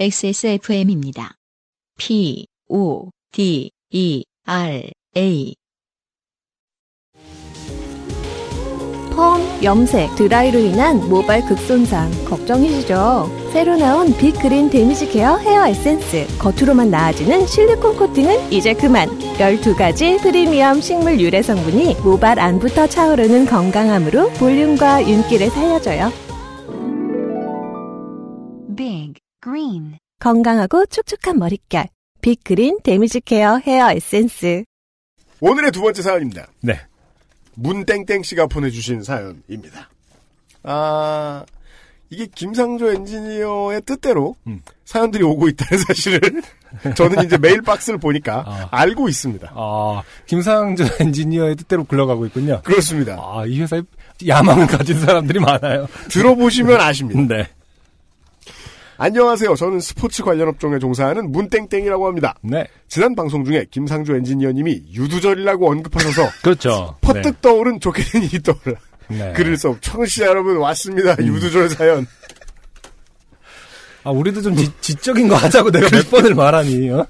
XSFM입니다. P, O, D, E, R, A. 펌, 염색, 드라이로 인한 모발 극손상 걱정이시죠? 새로 나온 빅그린 데미지 케어 헤어 에센스 겉으로만 나아지는 실리콘 코팅은 이제 그만 12가지 프리미엄 식물 유래 성분이 모발 안부터 차오르는 건강함으로 볼륨과 윤기를 살려줘요 Big Green 건강하고 촉촉한 머릿결 빅그린 데미지 케어 헤어 에센스 오늘의 두 번째 사연입니다. 네. 문땡땡 씨가 보내주신 사연입니다. 아, 이게 김상조 엔지니어의 뜻대로 음. 사연들이 오고 있다는 사실을 저는 이제 메일 박스를 보니까 아. 알고 있습니다. 아, 김상준 엔지니어의 뜻대로 굴러가고 있군요. 그렇습니다. 아, 이 회사에 야망을 가진 사람들이 많아요. 들어보시면 아십니다. 네. 안녕하세요. 저는 스포츠 관련 업종에 종사하는 문땡땡이라고 합니다. 네. 지난 방송 중에 김상조 엔지니어님이 유두절이라고 언급하셔서 그렇죠. 퍼뜩 떠오른 좋게 된 일이 떠올라. 네. 네. 글을 써. 청취자 여러분 왔습니다. 유두절 사연. 아, 우리도 좀 지, 지적인 거 하자고 내가 몇 번을 말하니. 어?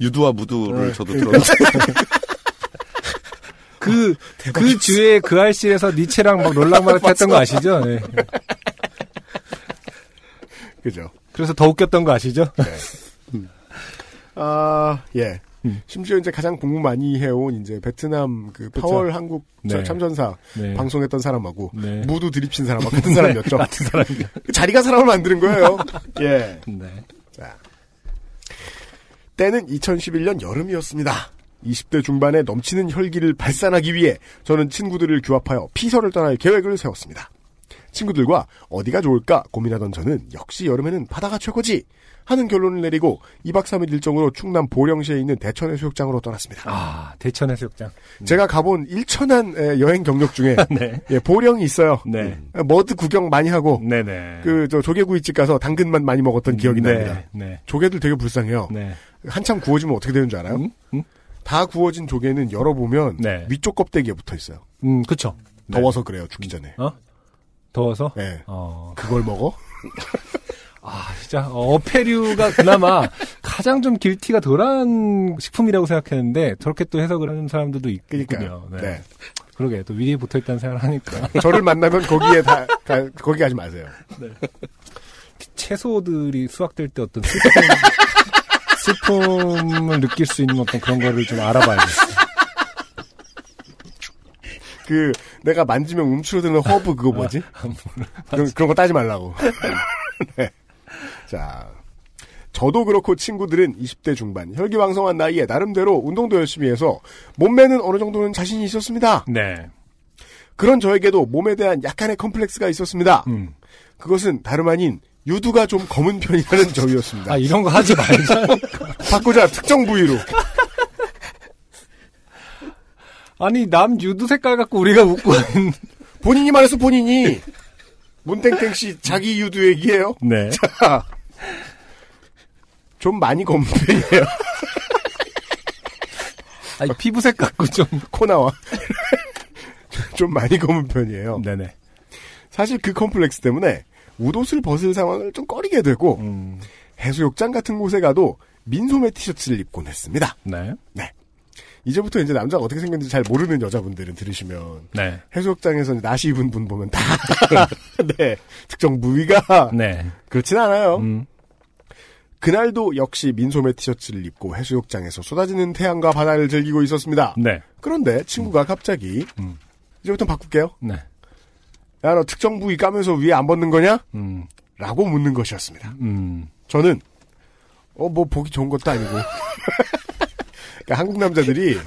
유두와 무두를 저도 들었는데 그, 아, 그 주에 그 알씨에서 니체랑 막 롤랑마를 했던 거 아시죠? 네. 그죠. 그래서 더 웃겼던 거 아시죠? 아, 예. 음. 심지어 이제 가장 공부 많이 해온 이제 베트남 그 파월 한국 저- 네. 참전사 네. 방송했던 사람하고 네. 모두 드립친 사람하고 같은 사람이었죠. 같은 사람이. 그 자리가 사람을 만드는 거예요. 예. 네. 때는 2011년 여름이었습니다. 20대 중반에 넘치는 혈기를 발산하기 위해 저는 친구들을 규합하여 피서를 떠날 계획을 세웠습니다. 친구들과 어디가 좋을까 고민하던 저는 역시 여름에는 바다가 최고지 하는 결론을 내리고 2박 3일 일정으로 충남 보령시에 있는 대천해수욕장으로 떠났습니다. 아, 대천 해수욕장. 제가 가본 일천한 에, 여행 경력 중에 네. 예, 보령이 있어요. 네. 에, 머드 구경 많이 하고 네네. 그 저 조개구이집 가서 당근만 많이 먹었던 기억이 네. 납니다. 네. 조개들 되게 불쌍해요. 네. 한참 구워지면 어떻게 되는 줄 알아요? 음? 음? 다 구워진 조개는 열어보면 네. 위쪽 껍데기에 붙어 있어요. 음, 그쵸. 네. 더워서 그래요. 죽기 전에. 어? 더워서? 예. 어, 그걸 먹어? 아, 진짜, 어, 어패류가 그나마 가장 좀 길티가 덜한 식품이라고 생각했는데, 저렇게 또 해석을 하는 사람들도 있- 그러니까요. 있군요. 네. 그러게, 또 위에 붙어있다는 생각을 하니까. 네. 저를 만나면 거기에 다 가- 거기 가지 마세요. 채소들이 수확될 때 어떤 슬픔, 슬픔을 느낄 수 있는 어떤 그런 거를 좀 알아봐야겠어요. 그 내가 만지면 움츠러드는 허브 아, 그거 뭐지? 그런, 그런 거 따지 말라고. 음. 네. 자. 저도 그렇고 친구들은 20대 중반 혈기왕성한 나이에 나름대로 운동도 열심히 해서 몸매는 어느 정도는 자신이 있었습니다. 네. 그런 저에게도 몸에 대한 약간의 컴플렉스가 있었습니다. 음. 그것은 다름 아닌 유두가 좀 검은 편이라는 점이었습니다. 아, 이런 거 하지 말자. 바꾸자 특정 부위로. 아니, 남 유두 색깔 갖고 우리가 웃고 있는. 본인이 말해서 본인이 문땡땡 씨 자기 유두 얘기예요. 네. 좀 많이 검은 편이에요. 아니, 피부색 갖고 좀. 코 나와. 좀 많이 검은 편이에요. 네네. 사실 그 컴플렉스 때문에 웃옷을 벗을 상황을 좀 꺼리게 되고 음. 해수욕장 같은 곳에 가도 민소매 티셔츠를 입곤 했습니다. 네. 이제부터 이제 남자가 어떻게 생겼는지 잘 모르는 여자분들은 들으시면 네. 해수욕장에서 이제 나시 입은 분 보면 다 네, 특정 부위가 네. 그렇진 않아요. 음. 그날도 역시 민소매 티셔츠를 입고 해수욕장에서 쏟아지는 태양과 바다를 즐기고 있었습니다. 네. 그런데 친구가 갑자기 음. 이제부터 바꿀게요. 네. 야 너 특정 부위 까면서 위에 안 벗는 거냐? 음. 라고 묻는 것이었습니다. 음. 저는 어 뭐 보기 좋은 것도 아니고 그러니까 한국 남자들이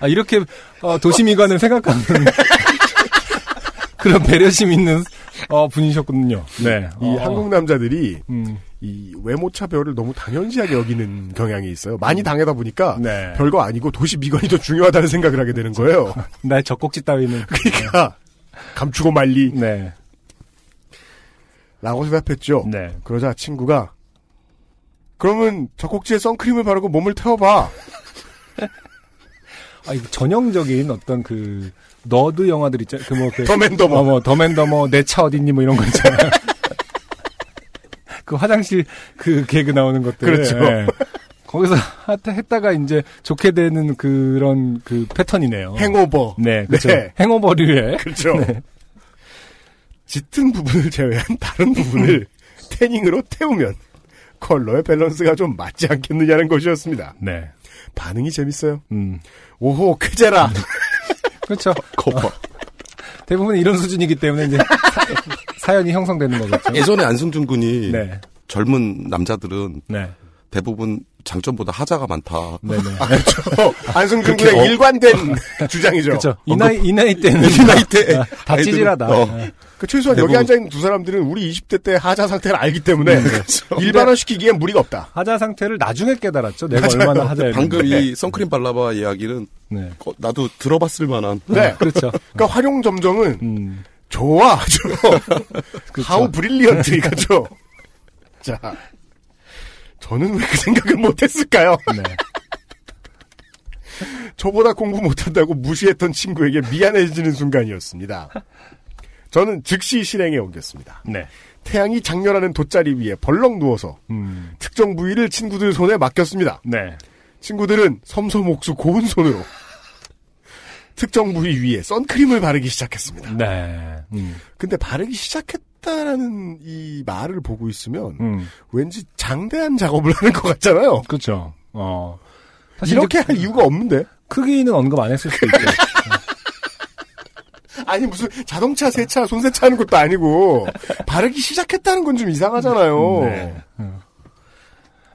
아, 이렇게, 어, 도시미관을 생각하는 그런 배려심 있는, 어, 분이셨군요. 네. 이 어, 한국 남자들이 음. 이 외모차 배우를 너무 당연시하게 여기는 경향이 있어요. 많이 당하다 보니까 음. 네. 별거 아니고 도시 미관이 더 중요하다는 생각을 하게 되는 거예요. 나의 젖꼭지 따위는. 그러니까 감추고 말리라고 네. 대답했죠. 네. 그러자 친구가 그러면 젖꼭지에 선크림을 바르고 몸을 태워봐. 아, 이거 전형적인 어떤 그 너드 영화들 있잖아요. 그뭐 그, 더맨더머. 어, 뭐 더맨더머 내 차 어딨니 뭐 이런 거 있잖아요. 그 화장실 그 개그 나오는 것들. 그렇죠. 예. 거기서 하다- 했다가 이제 좋게 되는 그런 그 패턴이네요. 행오버. 네, 그렇죠. 네. 행오버류의 그렇죠. 짙은 부분을 제외한 다른 부분을 태닝으로 태우면 컬러의 밸런스가 좀 맞지 않겠느냐는 것이었습니다. 네. 반응이 재밌어요. 음. 오호 크제라. 그렇죠. 커버. 대부분 이런 수준이기 때문에 이제 사, 연이 형성되는 거겠죠. 예전에 안승준 군이 네. 젊은 남자들은 네. 대부분 장점보다 하자가 많다. 네, 네. 아, 그렇죠. 안승준 군의 어. 일관된 주장이죠. 어, 그렇죠. 이 나이 이 나이 때는 이 나이 때 아, 다 아이들은- 찌질하다. 네. 어. 그 최소한 대부분- 뭐. 여기 앉아 있는 두 사람들은 우리 20대 때 하자 상태를 알기 때문에 음, 네. 일반화 시키기엔 무리가 없다. 하자 상태를 나중에 깨달았죠. 내가 얼마나 하자 했는데. 방금 이 선크림 발라봐 이야기는 네. 어, 나도 들어봤을 만한 네. 그렇죠. 그러니까 활용 점정은 음. 좋아, 죠 그렇죠. 하우 브릴리언트 이거죠. 그렇죠. 자, 저는 왜 그 생각을 못했을까요? 네. 저보다 공부 못한다고 무시했던 친구에게 미안해지는 순간이었습니다. 저는 즉시 실행에 옮겼습니다. 네. 태양이 장렬하는 돗자리 위에 벌렁 누워서 음. 특정 부위를 친구들 손에 맡겼습니다. 네. 친구들은 섬섬옥수 고운 손으로 특정 부위 위에 선크림을 바르기 시작했습니다. 네. 음. 근데 바르기 시작했다라는 이 말을 보고 있으면 음. 왠지 장대한 작업을 하는 것 같잖아요. 그렇죠. 어. 사실 이렇게 이제 할 이유가 없는데. 크기는 언급 안 했을 수도 있고. 아니 무슨 자동차 세차 손세차 하는 것도 아니고 바르기 시작했다는 건 좀 이상하잖아요. 네.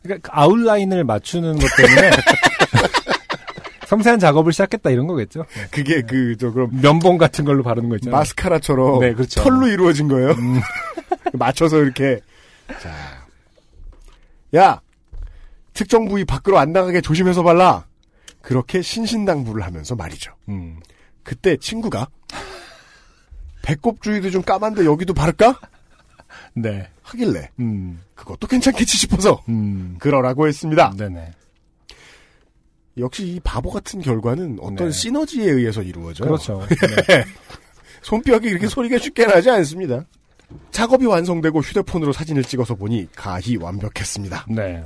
그러니까 그 아웃라인을 맞추는 것 때문에 섬세한 작업을 시작했다 이런 거겠죠. 그게 그 저 그럼 면봉 같은 걸로 바르는 거 있잖아요. 마스카라처럼 음. 네, 그렇죠. 음. 털로 이루어진 거예요. 맞춰서 이렇게 자. 야. 특정 부위 밖으로 안 나가게 조심해서 발라. 그렇게 신신당부를 하면서 말이죠. 음. 그때 친구가 배꼽 주위도 좀 까만데 여기도 바를까? 네. 하길래 음. 그것도 괜찮겠지 싶어서 음. 그러라고 했습니다. 네네. 역시 이 바보 같은 결과는 어떤 네. 시너지에 의해서 이루어져요. 그렇죠. 네. 손뼉이 이렇게 소리가 쉽게 나지 않습니다. 작업이 완성되고 휴대폰으로 사진을 찍어서 보니 가히 완벽했습니다. 네.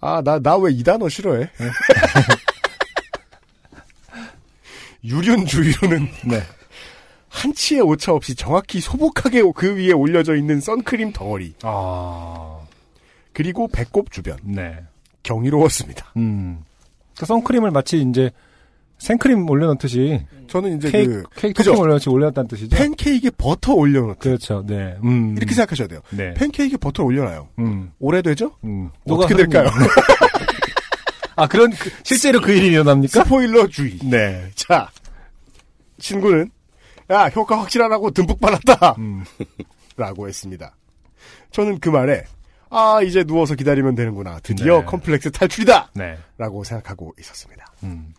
아, 나, 나 왜 이 단어 싫어해? 네. 유륜 주위로는 네. 한치의 오차 없이 정확히 소복하게 그 위에 올려져 있는 선크림 덩어리, 아. 그리고 배꼽 주변, 네. 경이로웠습니다. 음. 그 선크림을 마치 이제 생크림 올려놓듯이 저는 이제 음. 케이크, 그, 케이크 그죠? 토핑 올려놓듯이 올려놨다는 뜻이죠. 팬케이크에 버터 올려놓고, 그렇죠. 네. 음. 이렇게 생각하셔야 돼요. 네. 팬케이크에 버터를 올려놔요. 음. 오래되죠? 음. 어떻게 될까요? 아, 그런, 그- 실제로 그 일이 일어납니까? 스포일러 주의. 네. 자, 친구는, 야, 효과 확실하라고 듬뿍 받았다! 음. 라고 했습니다. 저는 그 말에, 아, 이제 누워서 기다리면 되는구나. 드디어 네. 컴플렉스 탈출이다! 네. 라고 생각하고 있었습니다. 음.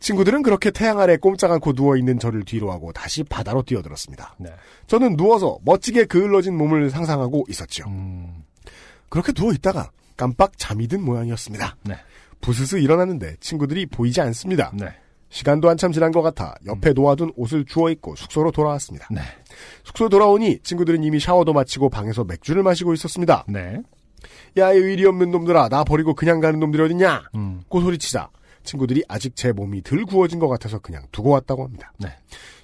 친구들은 그렇게 태양 아래 꼼짝 않고 누워있는 저를 뒤로 하고 다시 바다로 뛰어들었습니다. 네. 저는 누워서 멋지게 그을러진 몸을 상상하고 있었죠. 음. 그렇게 누워있다가 깜빡 잠이 든 모양이었습니다. 네. 부스스 일어났는데 친구들이 보이지 않습니다. 네. 음. 시간도 한참 지난 것 같아 옆에 놓아둔 옷을 주워 입고 숙소로 돌아왔습니다. 네. 숙소 돌아오니 친구들은 이미 샤워도 마치고 방에서 맥주를 마시고 있었습니다. 네. 야, 이 의리 없는 놈들아, 나 버리고 그냥 가는 놈들이 어딨냐? 음. 고소리치자 친구들이 아직 제 몸이 덜 구워진 것 같아서 그냥 두고 왔다고 합니다. 네.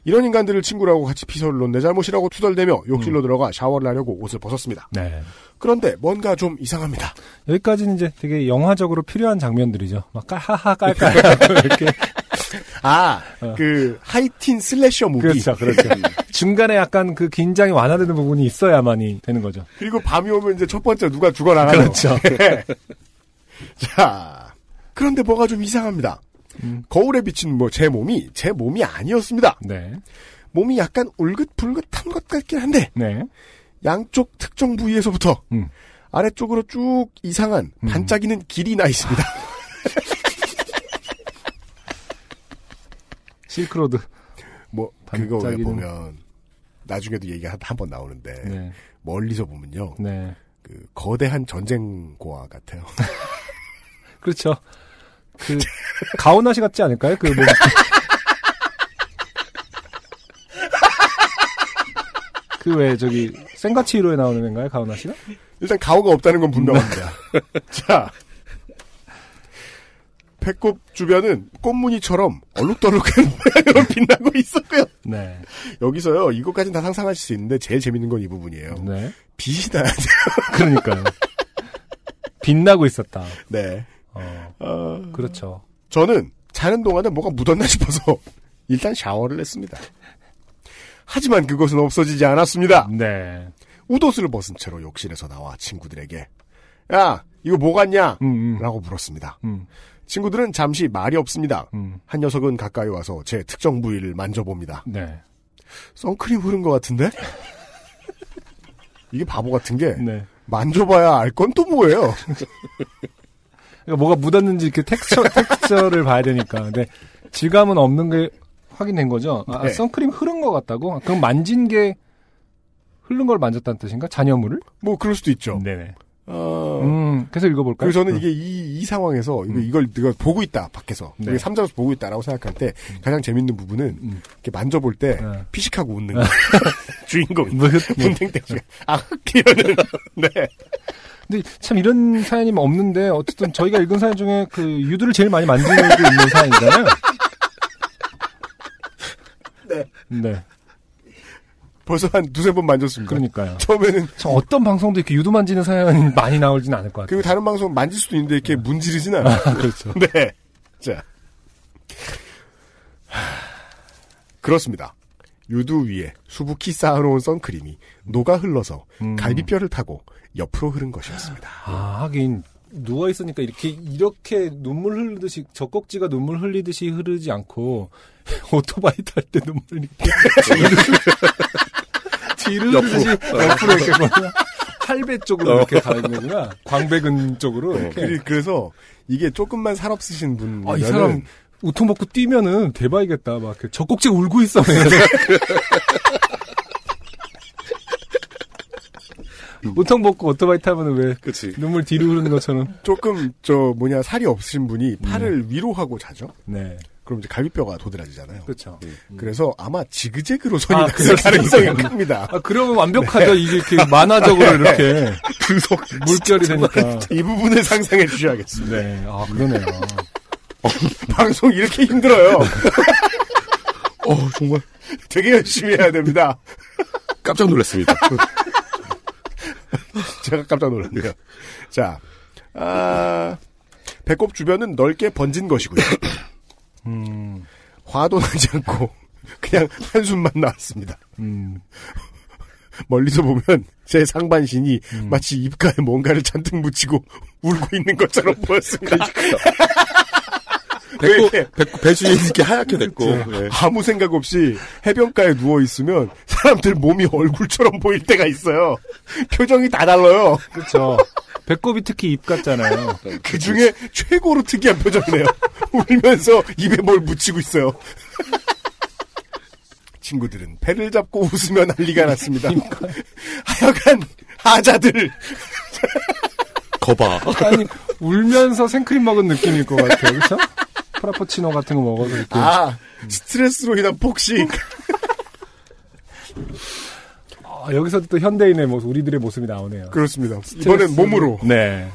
이런 인간들을 친구라고 같이 피서를 논내 잘못이라고 투덜대며 음. 욕실로 들어가 샤워를 하려고 옷을 벗었습니다. 네. 그런데 뭔가 좀 이상합니다. 여기까지는 이제 되게 영화적으로 필요한 장면들이죠. 막 깔하하 깔깔 이렇게 아, 그 하이틴 슬래셔 무비. 어. 그렇죠, 그렇죠. 중간에 약간 그 긴장이 완화되는 부분이 있어야만이 되는 거죠. 그리고 밤이 오면 이제 첫 번째 누가 죽어나가요. 그렇죠. 자, 그런데 뭐가 좀 이상합니다. 음. 거울에 비친 뭐 제 몸이 제 몸이 아니었습니다. 네, 몸이 약간 울긋불긋한 것 같긴 한데 네, 양쪽 특정 부위에서부터 음. 아래쪽으로 쭉 이상한 반짝이는 길이 나 있습니다. 실크로드. 뭐 그거 왜 반짝이는- 보면 나중에도 얘기가 한 번 나오는데 네, 멀리서 보면요 네. 그 거대한 전쟁고아 같아요. 그렇죠. 그 가오나시 같지 않을까요? 그 뭐. 그 왜 저기 생가치 1호에 나오는 애인가요? 가오나시가? 일단 가오가 없다는 건 분명합니다. 자, 배꼽 주변은 꽃무늬처럼 얼룩덜룩한 모양으로 빛나고 있었고요. 네. 여기서요, 이것까진 다 상상하실 수 있는데 제일 재밌는 건 이 부분이에요. 네. 빛이 나야 돼. 그러니까요. 빛나고 있었다. 네. 어, 어, 그렇죠. 저는 자는 동안에 뭐가 묻었나 싶어서 일단 샤워를 했습니다. 하지만 그것은 없어지지 않았습니다. 네. 웃옷을 벗은 채로 욕실에서 나와 친구들에게 야 이거 뭐 같냐? 음, 음, 라고 물었습니다. 음, 친구들은 잠시 말이 없습니다. 음. 한 녀석은 가까이 와서 제 특정 부위를 만져봅니다. 네. 선크림 흐른 것 같은데? 이게 바보 같은 게 네. 만져봐야 알 건 또 뭐예요? 그러니까 뭐가 묻었는지 이렇게 텍스처, 텍스처를 봐야 되니까. 근데 질감은 없는 게 확인된 거죠. 아, 아, 네. 선크림 흐른 것 같다고? 아, 그럼 만진 게 흐른 걸 만졌다는 뜻인가? 잔여물을? 뭐 그럴 수도 있죠. 네네. 어, 음, 계속 읽어볼까요? 그리고 저는 음. 이게 이, 이 상황에서 이거- 이걸, 이걸 보고 있다 밖에서 네. 우리가 삼자로서 보고 있다라고 생각할 때 가장 재밌는 부분은 음. 이렇게 만져볼 때 네. 피식하고 웃는 거 주인공 뭐, 뭐. 문탱탱씨가 아흑 이러는 네 근데 참 이런 사연이 없는데 어쨌든 저희가 읽은 사연 중에 그 유두를 제일 많이 만들고 있는 사연이잖아요. 네. 네. 벌써 한 두세 번 만졌습니다. 그러니까요. 처음에는 참 어떤 방송도 이렇게 유두 만지는 사연이 많이 나오진 않을 것 같아요. 그리고 다른 방송 만질 수도 있는데 이렇게 문지르진 않아. 네. 아, 그렇죠. 네. 자. 하, 그렇습니다. 유두 위에 수북히 쌓아놓은 선크림이 녹아 흘러서 음. 갈비뼈를 타고 옆으로 흐른 것이었습니다. 아, 하긴 누워 있으니까 이렇게 이렇게 눈물 흘리듯이 젖꼭지가 눈물 흘리듯이 흐르지 않고 오토바이 탈 때 눈물 이렇게 뒤를 옆으로. 어. 흐르듯이 옆으로 이렇게 뭐냐 팔배 쪽으로 이렇게 가는 거구나 광배근 쪽으로 네. 이렇게 그리- 그래서 이게 조금만 살업 쓰신 분. 네. 아, 이 사람 우통 벗고 뛰면은 대박이겠다. 막 이렇게 젖꼭지 울고 있어. 우통 벗고 오토바이 타면 왜 그치. 눈물 뒤로 흐르는 것처럼. 조금 저 뭐냐 살이 없으신 분이 음. 팔을 위로 하고 자죠. 네. 그럼 이제 갈비뼈가 도드라지잖아요. 그렇죠. 네. 그래서 아마 지그재그로 손이 아, 닿을 가능성이 그렇습니다. 큽니다. 아, 그러면 완벽하죠. 이게 이렇게 만화적으로 이렇게 물결이 되니까. 이 부분을 상상해 주셔야겠습니다. 네. 아, 그러네요. 방송 이렇게 힘들어요. 어, 정말 되게 열심히 해야 됩니다. 깜짝 놀랐습니다. 제가 깜짝 놀랐네요. 자, 아, 배꼽 주변은 넓게 번진 것이고요. 음, 화도 나지 않고 그냥 한숨만 나왔습니다. 음, 멀리서 보면 제 상반신이 마치 입가에 뭔가를 잔뜩 묻히고 울고 있는 것처럼 보였습니다. 그러니까 배꼽, 왜? 네. 배꼽, 배수이 이렇게 하얗게 됐고. 예. 아무 생각 없이 해변가에 누워 있으면 사람들 몸이 얼굴처럼 보일 때가 있어요. 표정이 다 달라요. 그렇죠. 배꼽이 특히 입 같잖아요. 그 중에 최고로 특이한 표정이네요. 울면서 입에 뭘 묻히고 있어요. 친구들은 배를 잡고 웃으며 난리가 났습니다. 하여간 하자들 거봐. 아니, 울면서 생크림 먹은 느낌일 것 같아요. 그렇죠? 프라포치노 같은 거 먹어서 이렇게. 아 스트레스로 인한 폭식 아, 여기서 또 현대인의 모습, 우리들의 모습이 나오네요. 그렇습니다. 이번엔 몸으로 네,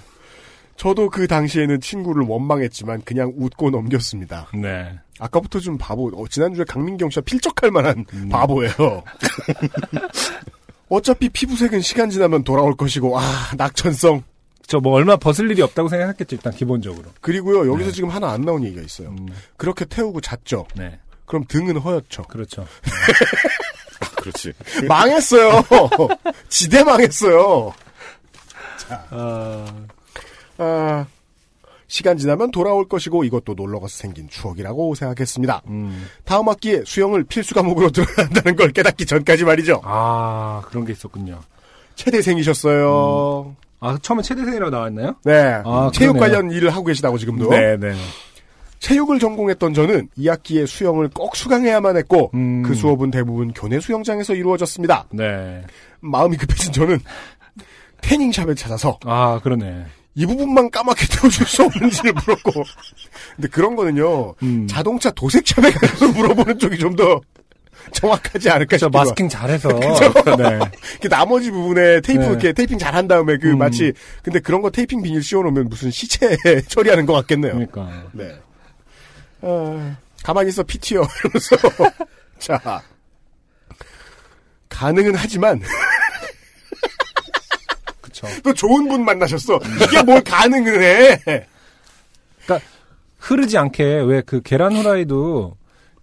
저도 그 당시에는 친구를 원망했지만 그냥 웃고 넘겼습니다. 네. 아까부터 좀 바보. 어, 지난주에 강민경 씨가 필적할 만한 바보예요. 어차피 피부색은 시간 지나면 돌아올 것이고 아 낙천성 저 뭐 얼마 벗을 일이 없다고 생각했겠죠, 일단 기본적으로. 그리고요 여기서 지금 하나 안 나온 얘기가 있어요. 음. 그렇게 태우고 잤죠. 네, 그럼 등은 허였죠. 그렇죠. 그렇지. 망했어요. 지대 망했어요. 아, 아, 시간 지나면 돌아올 것이고 이것도 놀러가서 생긴 추억이라고 생각했습니다. 음. 다음 학기에 수영을 필수 과목으로 들어야 한다는 걸 깨닫기 전까지 말이죠. 아, 그런 게 있었군요. 최대생이셨어요. 아, 처음에 최대생이라고 나왔나요? 네. 아, 체육 그러네요. 관련 일을 하고 계시다고 지금도. 네. 체육을 전공했던 저는 2학기에 수영을 꼭 수강해야만 했고 음. 그 수업은 대부분 교내 수영장에서 이루어졌습니다. 네. 마음이 급해진 저는 태닝샵에 찾아서 아, 그러네. 이 부분만 까맣게 태워줄 수 없는지를 물었고. 근데 그런 거는요, 음. 자동차 도색 참에 가서 물어보는 쪽이 좀 더 정확하지 않을까 그렇죠. 싶기도 하고. 마스킹 잘해서. 네. 그 나머지 부분에 테이프 네. 이렇게 테이핑 잘 한 다음에 그 음. 마치 근데 그런 거 테이핑 비닐 씌워놓으면 무슨 시체 처리하는 것 같겠네요. 그러니까. 네. 아, 가만히 있어 피 튀어 이러면서 자 가능은 하지만 그쵸. 또 좋은 분 만나셨어. 이게 뭘 가능은 해? 흐르지 않게 왜 그 계란 후라이도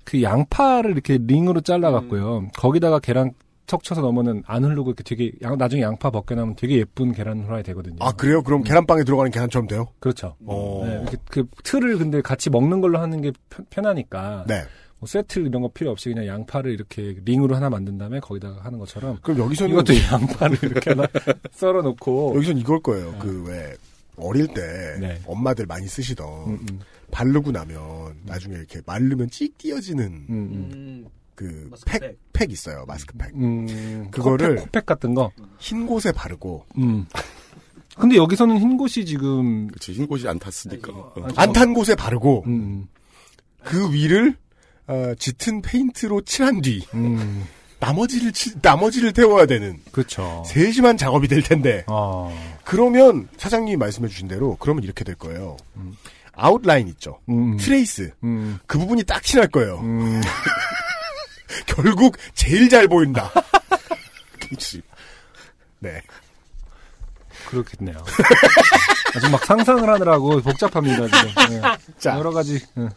그 양파를 이렇게 링으로 잘라갖고요. 음. 거기다가 계란 척쳐서 넣으면은 안 흐르고 이렇게 되게 양- 나중에 양파 벗겨나면 되게 예쁜 계란 후라이 되거든요. 아 그래요? 그럼 계란빵에 들어가는 계란처럼 돼요? 그렇죠. 어. 네, 이렇게 그 틀을 근데 같이 먹는 걸로 하는 게 편- 편하니까 네. 뭐 세트 이런 거 필요 없이 그냥 양파를 이렇게 링으로 하나 만든 다음에 거기다가 하는 것처럼 그럼 여기서는 이것도 양파를 이렇게 하나 썰어 놓고 여기선 이걸 거예요. 그 왜 어릴 때 네. 엄마들 많이 쓰시던 음, 음, 바르고 나면 나중에 이렇게 말르면 찍 띄어지는 음, 그 팩 팩 마스크팩. 있어요 마스크팩 음. 음, 그거를- 코팩, 코팩 같은 거. 흰 곳에 바르고 음. 근데 여기서는 흰 곳이 지금 그치, 흰 곳이 안 탔으니까. 어. 안 탄 곳에 바르고 음, 그 위를 어, 짙은 페인트로 칠한 뒤 음, 나머지를 치- 나머지를 태워야 되는 어. 그렇죠. 세심한 작업이 될 텐데 아, 그러면 사장님이 말씀해 주신 대로 그러면 이렇게 될 거예요 아웃라인 있죠 음, 트레이스 음, 그 부분이 딱 칠할 거예요 음, 결국 제일 잘 보인다 그치. 네 그렇겠네요. 아직 막 상상을 하느라고 복잡합니다 지금. 예. 자. 여러 가지. 예.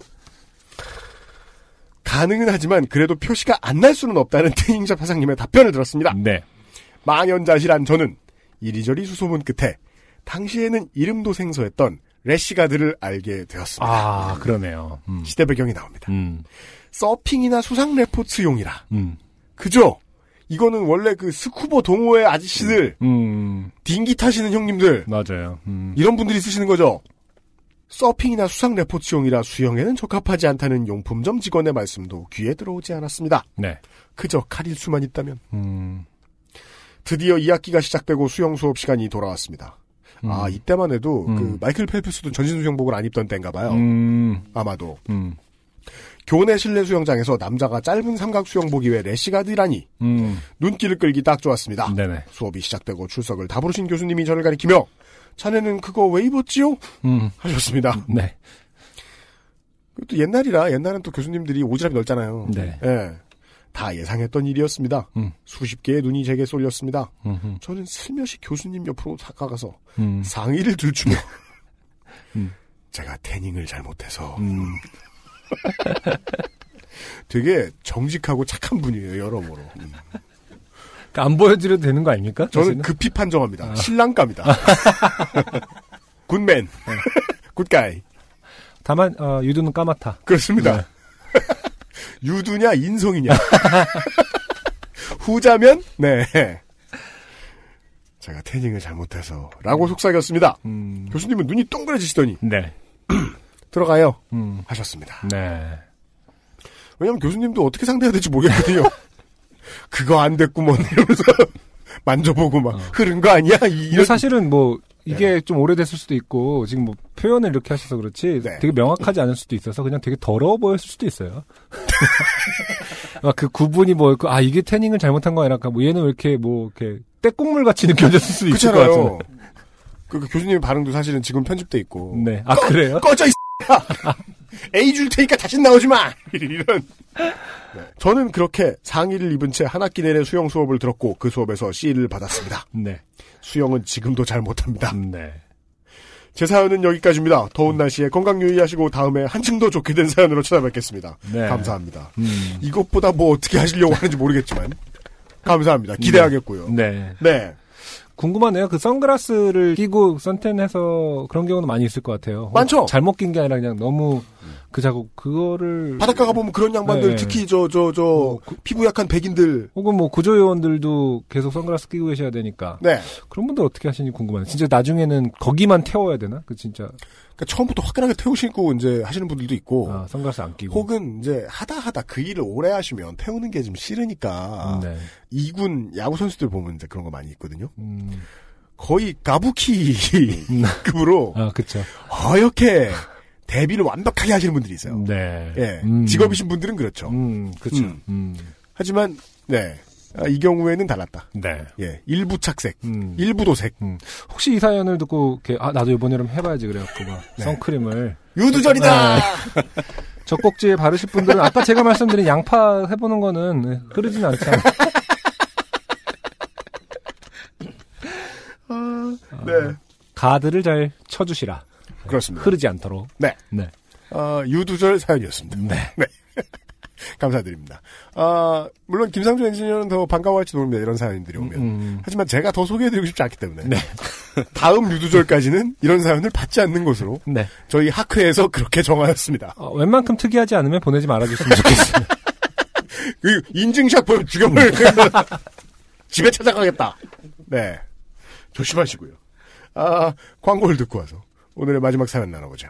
가능은 하지만 그래도 표시가 안 날 수는 없다는 테이닝샵 사장님의 답변을 들었습니다 네. 망연자실한 저는 이리저리 수소문 끝에 당시에는 이름도 생소했던 래시가드를 알게 되었습니다. 아, 그러네요. 음. 시대 배경이 나옵니다. 음. 서핑이나 수상 레포츠용이라. 음. 그죠? 이거는 원래 그 스쿠버 동호회 아저씨들, 음. 딩기 타시는 형님들, 맞아요. 음. 이런 분들이 쓰시는 거죠. 서핑이나 수상 레포츠용이라 수영에는 적합하지 않다는 용품점 직원의 말씀도 귀에 들어오지 않았습니다. 네. 그저 칼일 수만 있다면. 음. 드디어 2학기가 시작되고 수영 수업 시간이 돌아왔습니다. 음. 아 이때만 해도 음. 그 마이클 펠프스도 전신 수영복을 안 입던 때인가 봐요. 음. 아마도 음. 교내 실내 수영장에서 남자가 짧은 삼각 수영복 이외 래시가드라니 음. 눈길을 끌기 딱 좋았습니다. 네네. 수업이 시작되고 출석을 다 부르신 교수님이 저를 가리키며 자네는 그거 왜 입었지요? 음. 하셨습니다. 네. 또 옛날이라 옛날엔 또 교수님들이 오지랖이 넓잖아요. 네. 예. 다 예상했던 일이었습니다. 음. 수십 개의 눈이 제게 쏠렸습니다. 음. 저는 슬며시 교수님 옆으로 다가가서 음. 상의를 들추며 음. 제가 태닝을 잘못해서 음. 되게 정직하고 착한 분이에요 여러모로 음. 그러니까 안 보여드려도 되는 거 아닙니까? 저는 사실은? 급히 판정합니다 신랑감이다 굿맨 굿가이 다만 어, 유두는 까맣다. 그렇습니다 유두냐 인성이냐 후자면 네 제가 태닝을 잘못해서 라고 속삭였습니다 음. 교수님은 눈이 동그래지시더니 네. 들어가요 음. 하셨습니다 네. 왜냐면 교수님도 어떻게 상대해야 될지 모르겠거든요. 그거 안 됐구먼 이러면서 만져보고 막 흐른 거 아니야? 이- 근데 이런 네. 사실은 뭐 이게 좀 오래됐을 수도 있고 지금 뭐 표현을 이렇게 하셔서 그렇지 네. 되게 명확하지 않을 수도 있어서 그냥 되게 더러워 보였을 수도 있어요. 막 그 구분이 뭐 아 이게 태닝을 잘못한 거 아니라 아까 뭐 얘는 왜 이렇게 뭐 이렇게 떼국물 같이 느껴졌을 수도 있을 것 그렇잖아요. 같아요. 그, 그 교수님의 반응도 사실은 지금 편집돼 있고 네. 아 그래요? 꺼져 이 A 줄 테니까 다시 나오지 마 이런. 네. 저는 그렇게 상의를 입은 채 한 학기 내내 수영 수업을 들었고 그 수업에서 C를 받았습니다. 네. 수영은 지금도 잘 못합니다. 네. 제 사연은 여기까지입니다. 더운 날씨에 건강 유의하시고 다음에 한층 더 좋게 된 사연으로 찾아뵙겠습니다. 네. 감사합니다. 음. 이것보다 뭐 어떻게 하시려고 하는지 모르겠지만 감사합니다. 기대하겠고요. 네. 네, 궁금하네요. 그 선글라스를 끼고 선탠해서 그런 경우는 많이 있을 것 같아요. 많죠? 잘못 낀 게 아니라 그냥 너무 그 자국 그거를 바닷가 가 보면 그런 양반들 네. 뭐, 그 특히 저 저 저 피부 약한 백인들 혹은 뭐 구조요원들도 계속 선글라스 끼고 계셔야 되니까 네 그런 분들 어떻게 하시는지 궁금하네. 진짜 나중에는 거기만 태워야 되나? 그 진짜 그러니까 처음부터 화끈하게 태우시고 이제 하시는 분들도 있고 아, 선글라스 안 끼고. 어. 혹은 이제 하다 하다 그 일을 오래 하시면 태우는 게 좀 싫으니까 네. 이군 야구 선수들 보면 이제 그런 거 많이 있거든요. 음, 거의 가부키급으로 아, 그쵸. 어떻게 대비를 완벽하게 하시는 분들이 있어요. 네. 예, 음. 직업이신 분들은 그렇죠. 음, 그쵸. 음. 음. 하지만 네, 아, 이 경우에는 달랐다. 네. 예, 일부 착색, 음. 일부 도색, 혹시 이 사연을 듣고, 이렇게, 아, 나도 이번 여름 해봐야지 그래갖고, 막, 네. 선크림을. 유두절이다. 네. 젖꼭지에 바르실 분들은, 아까 제가 말씀드린 양파 해보는 거는 네, 흐르진 않죠. 네, 가드를 잘 쳐주시라. 그렇습니다. 흐르지 않도록. 네. 네. 아, 유두절 사연이었습니다. 네. 감사드립니다. 아, 물론 김상조 엔지니어는 더 반가워할지 모릅니다. 이런 사연들이 오면. 음. 하지만 제가 더 소개해드리고 싶지 않기 때문에. 다음 유두절까지는 이런 사연을 받지 않는 것으로 네. 저희 학회에서 그렇게 정하였습니다. 어, 웬만큼 특이하지 않으면 보내지 말아주시면 좋겠어요. 그 인증샷 보여 죽여버릴 집에 찾아가겠다. 네. 조심하시고요. 아, 광고를 듣고 와서 오늘의 마지막 사연 나눠보죠.